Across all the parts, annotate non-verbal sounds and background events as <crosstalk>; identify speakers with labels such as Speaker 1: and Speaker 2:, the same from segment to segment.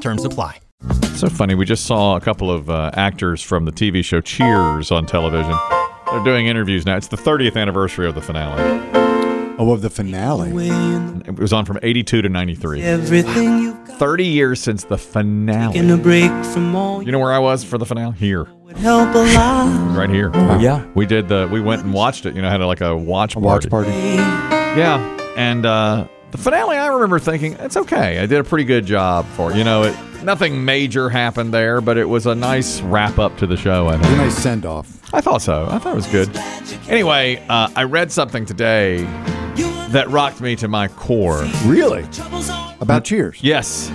Speaker 1: Terms apply.
Speaker 2: So funny. We just saw a couple of uh, actors from the TV show Cheers on television. They're doing interviews now. It's the 30th anniversary of the finale.
Speaker 3: Oh, of the finale.
Speaker 2: It was on from 82 to 93.
Speaker 4: Everything you've got
Speaker 2: 30 years since the
Speaker 4: in a
Speaker 2: finale.
Speaker 4: break from all
Speaker 2: You know where I was for the finale? Here,
Speaker 4: would help a lot.
Speaker 2: right here.
Speaker 3: yeah.
Speaker 2: We did the. We went and watched it. You know, had like a watch
Speaker 3: A
Speaker 2: party.
Speaker 3: watch party.
Speaker 2: Yeah, and uh, the finale. I remember thinking it's okay. I did a pretty good job for it. you know it. Nothing major happened there, but it was a nice wrap up to the show. I
Speaker 3: It was
Speaker 2: think.
Speaker 3: a nice send off.
Speaker 2: I thought so. I thought it was good. Anyway, uh, I read something today that rocked me to my core.
Speaker 3: Really? About Cheers.
Speaker 2: Yes.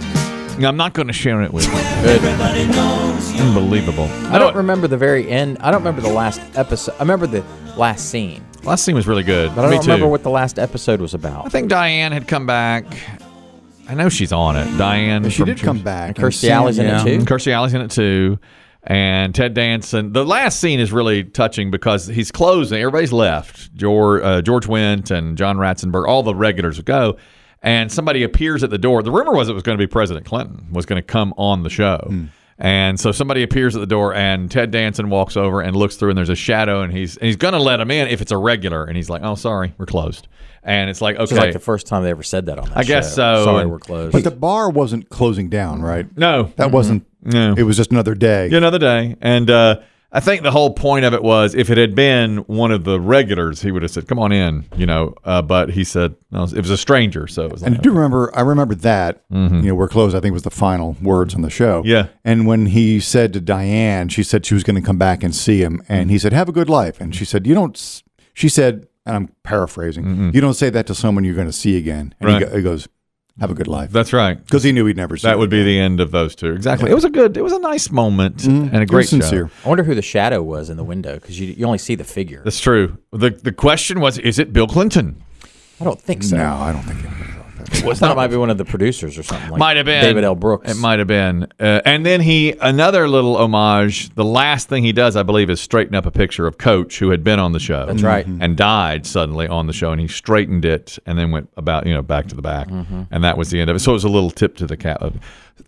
Speaker 2: I'm not going to share it with you.
Speaker 4: Everybody knows you.
Speaker 2: Unbelievable.
Speaker 5: I don't remember the very end. I don't remember the last episode. I remember the last scene,
Speaker 2: Last scene was really good.
Speaker 5: but I
Speaker 2: me
Speaker 5: don't
Speaker 2: too.
Speaker 5: remember what the last episode was
Speaker 2: I
Speaker 5: about.
Speaker 2: think Diane had come back. I know she's on it. Diane.
Speaker 3: And she
Speaker 2: from
Speaker 3: did
Speaker 2: Cheers.
Speaker 3: come back. and
Speaker 5: Kirstie
Speaker 3: Sam-
Speaker 5: Alley's in it too.
Speaker 2: And Um, Kirstie Alley's in it too. And Ted Danson. The last scene is really touching because he's closing. Everybody's left. George, uh, George Wendt and John Ratzenberg, all the regulars go. And somebody appears at the door. The rumor was it was going to be President Clinton was going to come on the show.
Speaker 5: Hmm.
Speaker 2: And so somebody appears at the door, and Ted Danson walks over and looks through, and there's a shadow, and he's and he's going to let him in if it's a regular, and he's like, "Oh, sorry, we're closed." And it's like, okay,
Speaker 5: It's like the first time they ever said that on that
Speaker 2: I guess
Speaker 5: show.
Speaker 2: so.
Speaker 5: Sorry, we're closed.
Speaker 3: But the bar wasn't closing down, right?
Speaker 2: no,
Speaker 3: That wasn't.
Speaker 2: no,
Speaker 3: It was just another day.
Speaker 2: Yeah, another day. And uh, I think the whole point of it was if it had been one of the regulars, he would have said, "Come on in," you know. Uh, but he said no, it was a stranger, so it was
Speaker 3: And
Speaker 2: like,
Speaker 3: I do remember, I remember that. You know, we're closed. I think was the final words on the show.
Speaker 2: Mm-hmm. Yeah.
Speaker 3: And when he said to Diane, she said she was going to come back and see him, and he said, "Have a good life." And she said, "You don't." s- She said, and I'm paraphrasing. You don't say that to someone you're going to see again. And he,
Speaker 2: Mm-hmm. Right.
Speaker 3: go, he goes, "Have a good life,"
Speaker 2: that's right.
Speaker 3: because he knew he'd never see.
Speaker 2: That
Speaker 3: her
Speaker 2: would be
Speaker 3: again.
Speaker 2: the end of those two. Exactly. It was a good. It was a nice moment and a
Speaker 3: Mm-hmm. It was
Speaker 2: great show.
Speaker 3: sincere.
Speaker 5: I wonder who the shadow was in the window because you, you only see the figure.
Speaker 2: That's true. the The question was, is it Bill Clinton?
Speaker 5: I don't think so.
Speaker 3: No, I don't think. It
Speaker 5: I thought it might be one of the producers or something. Like
Speaker 2: might have been
Speaker 5: David L. Brooks.
Speaker 2: It might have been. Uh, and then he another little homage. The last thing he does, I believe, is straighten up a picture of Coach, who had been on the show.
Speaker 5: That's right.
Speaker 2: And died suddenly on the show, and he straightened it, and then went about you know back to the back,
Speaker 5: Mm-hmm.
Speaker 2: and that was the end of it. So it was a little tip to the cap. of-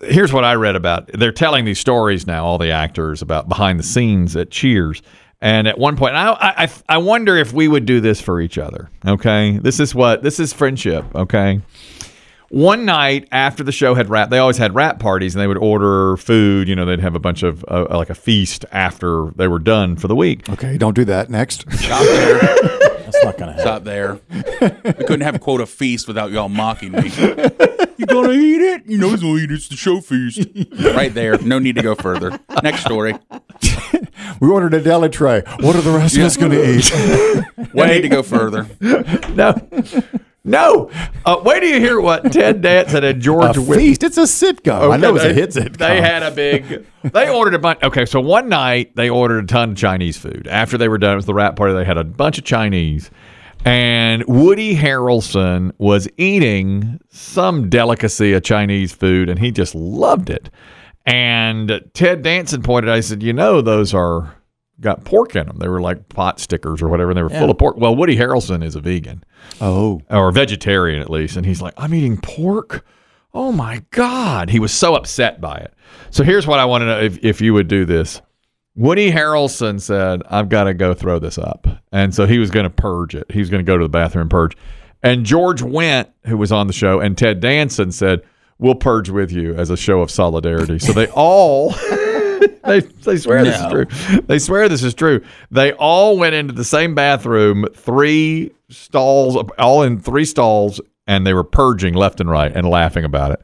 Speaker 2: Here's what I read about. They're telling these stories now, all the actors about behind the scenes at Cheers. And at one point, I, I I wonder if we would do this for each other. Okay, this is what this is friendship. Okay, one night after the show had wrapped, they always had wrap parties and they would order food. You know, they'd have a bunch of uh, like a feast after they were done for the week.
Speaker 3: okay, don't do that. Next, <laughs>
Speaker 6: Stop there.
Speaker 5: That's not going to happen.
Speaker 6: Stop there. We couldn't have quote a feast without y'all mocking me. You gonna eat it? You know he's gonna eat it. It's the show feast. Right there. No need to go further. Next story.
Speaker 3: we ordered a deli tray. What are the rest of us going to <laughs> eat?
Speaker 6: No need to go further.
Speaker 2: No, <laughs> no. Uh, wait till you hear what Ted Danson and
Speaker 3: a
Speaker 2: George Whit-
Speaker 3: feast. It's a sitcom. I know it's a
Speaker 2: they-
Speaker 3: hit sitcom.
Speaker 2: They had a big. They ordered a bunch. Okay, so one night they ordered a ton of Chinese food. After they were done with the wrap party, they had a bunch of Chinese, and Woody Harrelson was eating some delicacy of Chinese food, and he just loved it. And Ted Danson pointed. out, He said, "You know, those are." Got pork in them. They were like pot stickers or whatever, and they were full of pork. Well, Woody Harrelson is a vegan
Speaker 3: Oh,
Speaker 2: or vegetarian at least. And he's like, I'm eating pork. Oh my God. He was so upset by it. So here's what I want to know if, if you would do this. Woody Harrelson said, I've got to go throw this up. And so he was going to purge it. He was going to go to the bathroom and purge. And George Wendt, who was on the show, and Ted Danson said, We'll purge with you as a show of solidarity. So they all. <laughs> They, they swear this is true. They swear this is true. They all went into the same bathroom, three stalls, all in three stalls, and they were purging left and right and laughing about it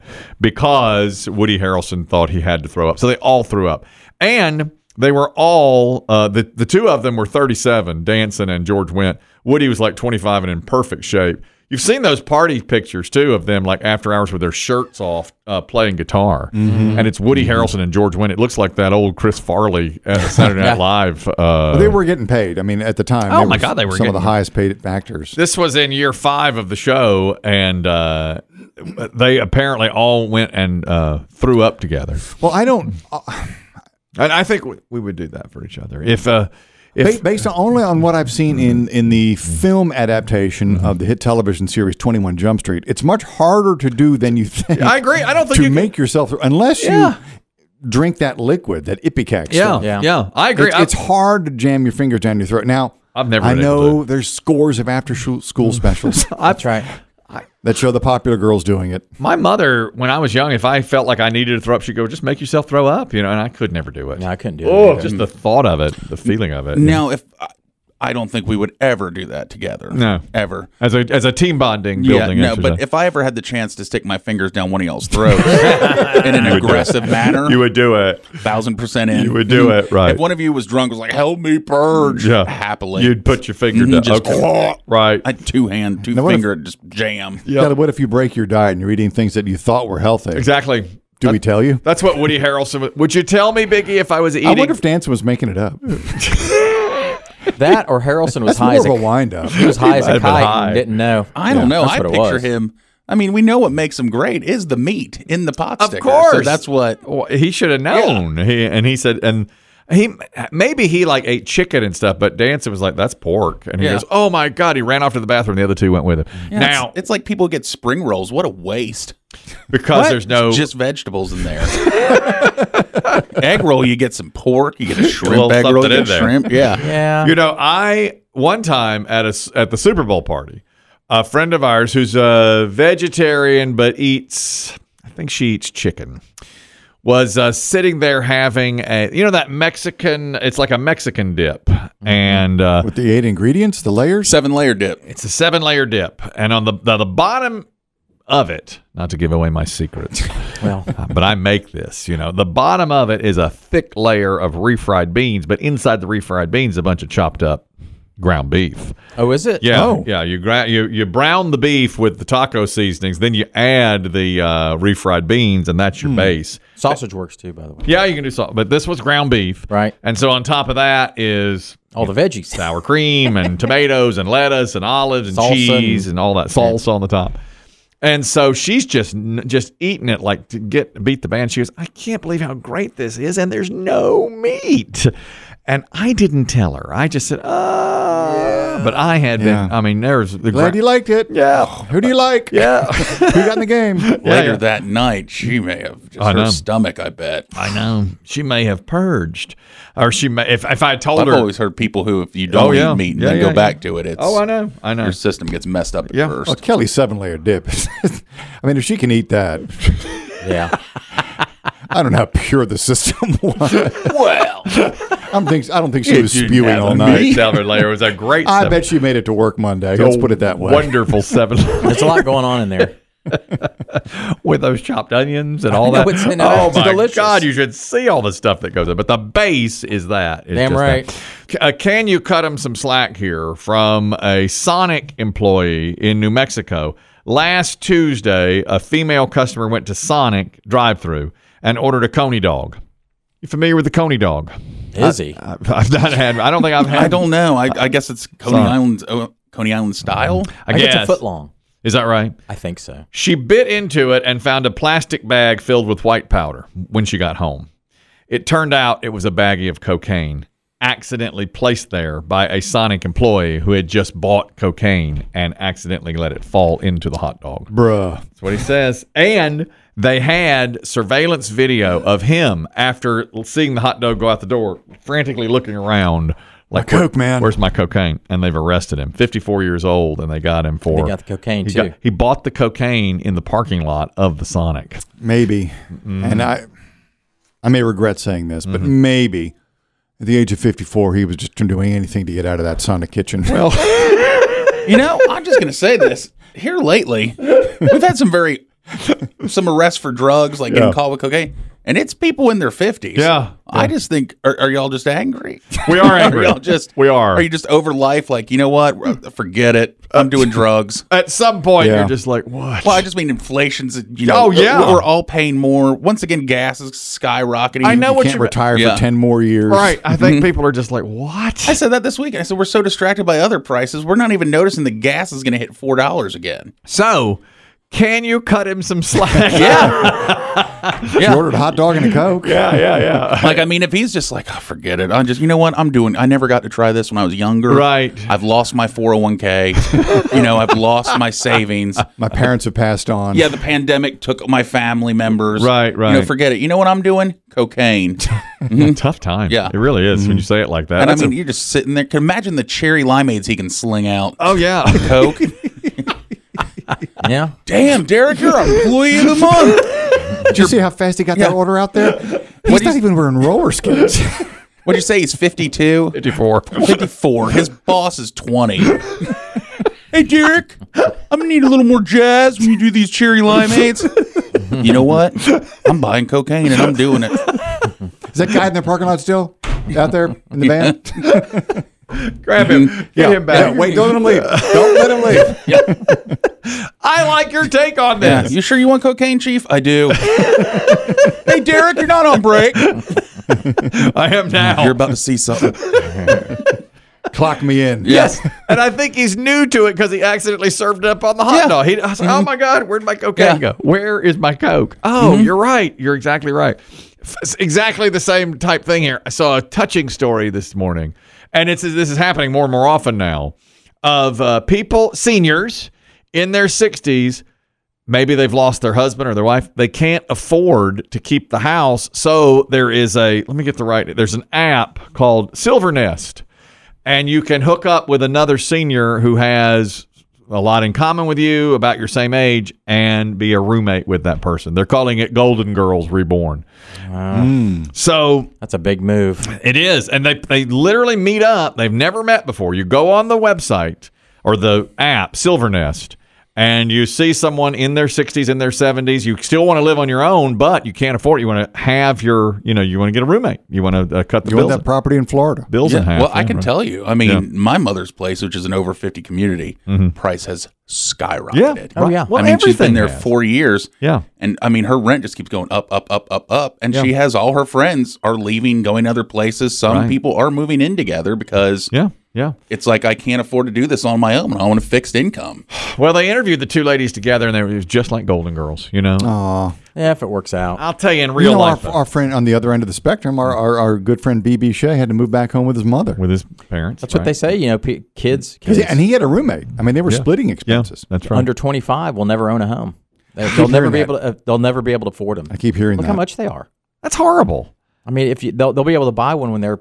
Speaker 2: because Woody Harrelson thought he had to throw up. So they all threw up. And they were all, uh, the, the two of them were 37, Danson and George Wendt. Woody was like 25 and in perfect shape. You've seen those party pictures too of them, like after hours with their shirts off, uh, playing guitar, and it's Woody Harrelson and George Wynn. It looks like that old Chris Farley at Saturday Night Live. Uh,
Speaker 3: They were getting paid. I mean, at the time,
Speaker 2: Oh my God, they were
Speaker 3: some of the
Speaker 2: getting-
Speaker 3: highest paid actors.
Speaker 2: this was in year five of the show, and uh, they apparently all went and uh, threw up together.
Speaker 3: Well, I don't. Uh,
Speaker 2: And I think we- we would do that for each other if uh, if
Speaker 3: ba- based on, only on what I've seen in in the film adaptation of the hit television series Twenty One Jump Street, it's much harder to do than you think.
Speaker 2: I agree. I don't think
Speaker 3: to
Speaker 2: you can-
Speaker 3: make yourself unless
Speaker 2: Yeah.
Speaker 3: you drink that liquid, that ipecac.
Speaker 2: yeah,
Speaker 3: stuff.
Speaker 2: yeah,
Speaker 5: Yeah.
Speaker 2: I agree.
Speaker 3: It's,
Speaker 2: I-
Speaker 3: it's hard to jam your fingers down your throat. Now,
Speaker 2: I've never
Speaker 3: I
Speaker 2: been able
Speaker 3: know there's scores of after shu-
Speaker 2: Mm. <laughs>
Speaker 3: school specials
Speaker 5: That's right.
Speaker 3: that show the popular girls doing it.
Speaker 2: My mother, when I was young, if I felt like I needed to throw up, she'd go, "Just make yourself throw up," you know, and I could never do it.
Speaker 5: No, I couldn't do
Speaker 2: Oh,
Speaker 5: that.
Speaker 2: just the thought of it, the feeling of it.
Speaker 6: Now, if I, I don't think we would ever do that together.
Speaker 2: No.
Speaker 6: ever.
Speaker 2: as a as a team bonding building.
Speaker 6: yeah, no.
Speaker 2: exercise.
Speaker 6: But if I ever had the chance to stick my fingers down one of y'all's throats <laughs> in an aggressive manner,
Speaker 2: you would do it,
Speaker 6: thousand percent in.
Speaker 2: you would do it right.
Speaker 6: If one of you was drunk, was like, "Help me purge,"
Speaker 2: yeah,
Speaker 6: happily,
Speaker 2: you'd put your finger
Speaker 6: Mhm,
Speaker 2: down,
Speaker 6: just
Speaker 2: okay. right?
Speaker 6: I two hand, two
Speaker 3: Now, what if-
Speaker 6: finger, just jam.
Speaker 2: Yep.
Speaker 3: God, what if you break your diet and you're eating things that you thought were healthy?
Speaker 2: exactly.
Speaker 3: Do we tell you?
Speaker 2: That's what Woody Harrelson. Would, would you tell me, Biggie, if I was eating?
Speaker 3: I wonder if Danson was making it up.
Speaker 5: That or Harrelson was
Speaker 3: That's
Speaker 5: high
Speaker 3: more
Speaker 5: as
Speaker 3: of
Speaker 5: a,
Speaker 3: a wind up.
Speaker 5: he was high as
Speaker 2: might
Speaker 5: a
Speaker 2: have been
Speaker 5: kite
Speaker 2: high.
Speaker 5: and didn't know.
Speaker 6: I don't know.
Speaker 5: That's
Speaker 6: I
Speaker 5: what it
Speaker 6: picture
Speaker 5: was.
Speaker 6: him. I mean, we know what makes him great is the meat in the pot
Speaker 2: Of
Speaker 6: sticker. so
Speaker 2: course.
Speaker 6: that's what.
Speaker 2: Well, he should have known. He and he said and. He maybe he like ate chicken and stuff, but Danson was like, "That's pork," and he
Speaker 6: Yeah.
Speaker 2: goes, "Oh my god!" He ran off to the bathroom. The other two went with him.
Speaker 6: Yeah, it's-
Speaker 2: now,
Speaker 6: it's, like people get spring rolls. What a waste!
Speaker 2: because there's no
Speaker 6: just vegetables in there. <laughs> egg roll, you get some pork, you get a shrimp
Speaker 2: little
Speaker 6: egg roll, you
Speaker 2: something in
Speaker 6: get
Speaker 2: there.
Speaker 6: shrimp. Yeah,
Speaker 5: Yeah.
Speaker 2: You know, I one time at a s- at the Super Bowl party, a friend of ours who's a vegetarian but eats, I think she eats chicken, was uh, sitting there having a you know that Mexican. It's like a Mexican dip, and uh,
Speaker 3: With the eight ingredients, the layers.
Speaker 6: seven layer dip.
Speaker 2: it's a seven layer dip, and on the the, the bottom of it, not to give away my secrets.
Speaker 5: Well,
Speaker 2: Uh, but I make this, you know. The bottom of it is a thick layer of refried beans, but inside the refried beans, a bunch of chopped up ground beef.
Speaker 5: oh, is it?
Speaker 2: Yeah, yeah. You gra- you you brown the beef with the taco seasonings, then you add the uh, refried beans, and that's your base.
Speaker 5: Sausage works too, by the way.
Speaker 2: Yeah, you can do salt, but this was ground beef,
Speaker 5: Right.
Speaker 2: And so on top of that is
Speaker 5: All the veggies.
Speaker 2: sour cream and tomatoes and lettuce and olives and
Speaker 5: Salsa
Speaker 2: cheese
Speaker 5: and-
Speaker 2: and all that salsa on the top. And so she's just n- just eating it like to get beat the band. She goes, I can't believe how great this is, and there's no meat. And I didn't tell her. I just said, "Uh," but I had been.
Speaker 3: Yeah.
Speaker 2: I mean, there's the
Speaker 3: Glad
Speaker 2: gra-
Speaker 3: you liked it.
Speaker 2: Yeah.
Speaker 3: <sighs> Who do you like?
Speaker 2: Yeah,
Speaker 3: <laughs> Who got in
Speaker 2: <laughs>
Speaker 3: the game?
Speaker 6: Later
Speaker 2: yeah.
Speaker 6: that night, she may have just
Speaker 2: I
Speaker 6: her
Speaker 2: know.
Speaker 6: stomach. I bet.
Speaker 2: I know. She may have purged, or she may. If if I told
Speaker 6: I've
Speaker 2: her,
Speaker 6: always heard people who, if you don't
Speaker 2: Oh, yeah.
Speaker 6: eat meat and
Speaker 2: Yeah,
Speaker 6: then
Speaker 2: yeah,
Speaker 6: go
Speaker 2: yeah.
Speaker 6: back to it, it's
Speaker 2: oh, I know, I know.
Speaker 6: your system gets messed up at
Speaker 2: Yeah.
Speaker 6: first.
Speaker 3: Well, Kelly's seven layer dip. <laughs> I mean, if she can eat that,
Speaker 5: Yeah.
Speaker 3: I don't know how pure the system <laughs> was.
Speaker 6: Well,
Speaker 2: <laughs>
Speaker 3: I don't think I don't think she was
Speaker 6: didn't
Speaker 3: spewing
Speaker 6: have
Speaker 3: all
Speaker 6: a
Speaker 3: night.
Speaker 2: Seven layer was a great.
Speaker 3: I
Speaker 2: seven-
Speaker 3: bet she made it to work Monday. Let's put it that way.
Speaker 2: Wonderful
Speaker 3: <laughs>
Speaker 2: seven
Speaker 5: There's a lot going on in there.
Speaker 2: with those chopped onions and all
Speaker 5: know,
Speaker 2: that.
Speaker 5: it's- no, no,
Speaker 2: oh
Speaker 5: it's
Speaker 2: my
Speaker 5: delicious.
Speaker 2: god, you should see all the stuff that goes in. But the base is that. It's
Speaker 5: Damn
Speaker 2: just that.
Speaker 5: right.
Speaker 2: C- Uh, can you cut him some slack here from a Sonic employee in New Mexico? Last Tuesday, a female customer went to Sonic drive-through and ordered a coney dog. You familiar with the coney dog?
Speaker 5: Is he?
Speaker 2: I- I've not had. I don't think I've had.
Speaker 6: I don't know. I, I guess it's Coney Island, oh, Coney Island style.
Speaker 2: I
Speaker 5: think
Speaker 2: guess.
Speaker 5: it's a foot long.
Speaker 2: Is that right?
Speaker 5: I think so.
Speaker 2: She bit into it and found a plastic bag filled with white powder when she got home. It turned out it was a baggie of cocaine, accidentally placed there by a Sonic employee who had just bought cocaine and accidentally let it fall into the hot dog.
Speaker 3: Bruh.
Speaker 2: That's what he says. And they had surveillance video of him after seeing the hot dog go out the door, frantically looking around. Like,
Speaker 3: coke, man.
Speaker 2: Where's my cocaine? And they've arrested him. 54 years old, and they got him for.
Speaker 5: They got the cocaine
Speaker 2: He,
Speaker 5: too.
Speaker 2: got- he bought the cocaine in the parking lot of the
Speaker 6: <laughs>
Speaker 2: Sonic.
Speaker 3: Maybe. And I I may regret saying this, but
Speaker 2: Mm-hmm.
Speaker 3: maybe at the age of 54, he was just doing anything to get out of that
Speaker 2: <laughs>
Speaker 3: sauna kitchen. <laughs> Well,
Speaker 6: You know, I'm just gonna say this. Here lately, we've had some very some arrests for drugs, like getting caught with cocaine, and it's people in their fifties.
Speaker 2: Yeah,
Speaker 6: I just think are, are y'all just angry?
Speaker 2: We are <laughs> angry.
Speaker 6: y'all just
Speaker 2: We are.
Speaker 6: Are you just over life? Like you know what? Uh, Forget it. I'm doing drugs.
Speaker 2: At some point,
Speaker 3: Yeah.
Speaker 2: you're just like, what?
Speaker 6: Well, I just mean inflation's. You know,
Speaker 2: Oh, yeah.
Speaker 6: we're, we're all paying more. Once again, gas is skyrocketing.
Speaker 2: I know
Speaker 3: You
Speaker 2: what
Speaker 3: can't
Speaker 2: you're
Speaker 3: retire
Speaker 6: Yeah.
Speaker 3: for 10 more
Speaker 2: <laughs>
Speaker 3: years.
Speaker 2: right. I
Speaker 6: <laughs>
Speaker 2: think people are just like, what?
Speaker 6: I said that this week. I said we're so distracted by other prices, we're not even noticing the gas is going to hit four dollars again.
Speaker 2: So, can you cut him some slack?
Speaker 6: Yeah,
Speaker 3: She ordered a hot
Speaker 2: <laughs>
Speaker 3: dog and a Coke.
Speaker 2: yeah, yeah, yeah.
Speaker 6: like I mean, if he's just like, oh, forget it. I'm just, you know what? I'm doing. I never got to try this when I was younger.
Speaker 2: Right.
Speaker 6: I've lost
Speaker 2: <laughs>
Speaker 6: my 401k. you know, I've lost my savings.
Speaker 3: My parents have passed on.
Speaker 6: Yeah, the pandemic took my family members.
Speaker 2: Right, right.
Speaker 6: You know, forget it. You know what I'm doing?
Speaker 2: <laughs>
Speaker 6: Cocaine.
Speaker 2: Tough time.
Speaker 6: <laughs> Yeah. Mm-hmm.
Speaker 2: It really is when you say it like that.
Speaker 6: And I
Speaker 2: That's
Speaker 6: mean,
Speaker 2: a-
Speaker 6: you're just sitting there. Can imagine the cherry limeades he can sling out.
Speaker 2: oh <laughs> yeah.
Speaker 6: Coke.
Speaker 5: Yeah.
Speaker 6: Damn, Derek, you're an employee of the month.
Speaker 3: Did you see how fast he got that order
Speaker 2: <laughs>
Speaker 3: out there? He's
Speaker 6: do you-
Speaker 3: not even wearing roller skates. <laughs>
Speaker 6: What'd you say? He's 52?
Speaker 2: 54.
Speaker 6: 54. His boss is 20. hey, Derek, I'm going to need a little more jazz when you do these cherry limeades. you know what? I'm buying cocaine and I'm doing it.
Speaker 3: Is that guy in the parking lot still out there in the
Speaker 2: <laughs>
Speaker 3: van?
Speaker 2: Grab him. Get him back.
Speaker 3: Yeah, wait, don't let him leave. Don't let him
Speaker 2: <laughs>
Speaker 3: leave.
Speaker 2: I like your take on
Speaker 6: Yeah.
Speaker 2: this.
Speaker 6: You sure you want cocaine, Chief? I do. hey, Derek, you're not on break.
Speaker 2: I am now.
Speaker 6: You're about to see something.
Speaker 3: Clock me in.
Speaker 6: Yes.
Speaker 2: and I think he's new to it because he accidentally served it up on the hot
Speaker 6: Yeah. Mm-hmm.
Speaker 2: dog. He, I was like, oh my God, where'd my cocaine
Speaker 6: Yeah. Mm-hmm.
Speaker 2: go? Where is my Coke? Oh, you're right. You're exactly right. F- It's exactly the same type thing here. I saw a touching story this morning, and it's this is happening more and more often now of uh, people, seniors in their 60s. Maybe they've lost their husband or their wife. They can't afford to keep the house. So there is a, let me get the right, there's an app called Silver Nest and you can hook up with another senior who has a lot in common with you about your same age and be a roommate with that person. They're calling it Golden Girls Reborn.
Speaker 3: Hmm.
Speaker 2: So
Speaker 5: That's a big move.
Speaker 2: it is. And they, they literally meet up. They've never met before. You go on the website or the app, Silver Nest, and you see someone in their 60s, in their 70s. You still want to live on your own, but you can't afford it. You want to have your, you know, you want to get a roommate. You want to uh, cut the
Speaker 3: You
Speaker 2: bills,
Speaker 3: want that property in Florida?
Speaker 2: bills in half.
Speaker 6: Well, I
Speaker 2: yeah,
Speaker 6: can
Speaker 2: right.
Speaker 6: tell you. I mean, my mother's place, which is an over 50 community, price has skyrocketed.
Speaker 5: Oh, yeah.
Speaker 2: Well,
Speaker 6: I mean, she's been
Speaker 2: everything
Speaker 6: there
Speaker 2: has.
Speaker 6: four years.
Speaker 2: Yeah.
Speaker 6: And I mean, her rent just keeps going up, up, up, up, up. And she has all her friends are leaving, going other places. Some
Speaker 2: Right.
Speaker 6: people are moving in together because
Speaker 2: Yeah, yeah.
Speaker 6: it's like, I can't afford to do this on my own. I want a fixed income.
Speaker 2: Well, they interviewed the two ladies together, and they were it was just like Golden Girls, you know.
Speaker 5: Uh, Yeah, if it works out.
Speaker 2: I'll tell you in
Speaker 3: You
Speaker 2: real
Speaker 3: know,
Speaker 2: life,
Speaker 3: our,
Speaker 2: though,
Speaker 3: our friend on the other end of the spectrum, our, our, our good friend BB Shea had to move back home with his mother.
Speaker 2: with his parents.
Speaker 5: That's what they say. You know, p- kids, kids
Speaker 3: Yeah, and he had a roommate. I mean, they were splitting
Speaker 2: Yeah,
Speaker 3: expenses.
Speaker 2: that's right.
Speaker 5: under 25 will never own a home. They, will
Speaker 3: hearing
Speaker 5: never be
Speaker 3: that.
Speaker 5: able to. Uh, they'll never be able to afford them.
Speaker 3: I keep hearing
Speaker 5: Look
Speaker 3: that.
Speaker 5: how much they are.
Speaker 2: that's horrible.
Speaker 5: I mean, if you, they'll, they'll be able to buy one when they're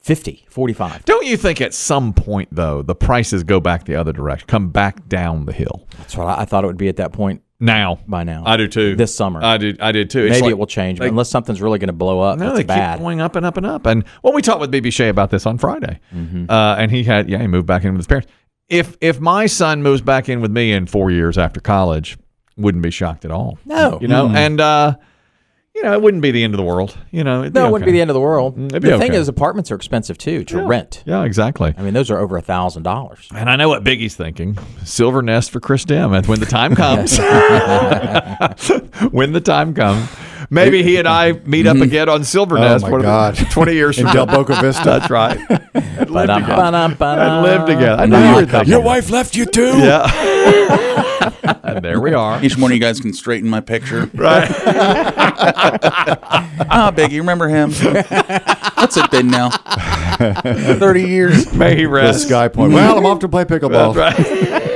Speaker 5: 50, 45.
Speaker 2: Don't you think at some point though the prices go back the other direction, come back down the hill?
Speaker 5: That's what I, I thought it would be at that point
Speaker 2: Now,
Speaker 5: by now.
Speaker 2: I do too.
Speaker 5: This summer.
Speaker 2: I did. I did too. It's
Speaker 5: Maybe
Speaker 2: like-
Speaker 5: it will change, but unless something's really going to blow up.
Speaker 2: No,
Speaker 5: that's
Speaker 2: they
Speaker 5: bad.
Speaker 2: keep going up and up and up. And well, we talked with BB Shea about this on Friday,
Speaker 5: Mm-hmm.
Speaker 2: uh, and he had yeah, he moved back in with his parents. If if my son moves back in with me in four years after college, wouldn't be shocked at all.
Speaker 3: Oh.
Speaker 5: No.
Speaker 2: you
Speaker 3: Hmm.
Speaker 2: know, and uh, you know, it wouldn't be the end of the world. You know, it'd
Speaker 5: no,
Speaker 2: be Mm,
Speaker 5: it wouldn't be the end of the world.
Speaker 2: it'd
Speaker 5: The
Speaker 2: be
Speaker 5: thing
Speaker 2: okay.
Speaker 5: is, apartments are expensive too to rent.
Speaker 2: Yeah, exactly.
Speaker 5: I mean, those are over a thousand dollars.
Speaker 2: And I know what Biggie's thinking. Silver nest for Chris Dim. And when the time comes, <laughs> when the time comes, maybe he and I meet up again on Silver
Speaker 3: Oh,
Speaker 2: Nest.
Speaker 3: my
Speaker 2: what are they- <laughs>
Speaker 3: God.
Speaker 2: Twenty years
Speaker 3: In
Speaker 2: from
Speaker 3: Del
Speaker 2: now.
Speaker 3: Boca Vista.
Speaker 2: That's right. And live together.
Speaker 5: I
Speaker 2: And live together. I know you were thinking.
Speaker 3: wife left you too?
Speaker 2: Yeah. <laughs> and there we are.
Speaker 6: Each morning, you guys can straighten
Speaker 2: <laughs>
Speaker 6: my picture. Right. <laughs> ah, Biggie,
Speaker 2: <laughs>
Speaker 6: remember him? That's it then now. 30 years.
Speaker 2: May he
Speaker 3: The
Speaker 2: rest.
Speaker 3: sky point. Well, I'm off to play pickleball.
Speaker 2: That's right.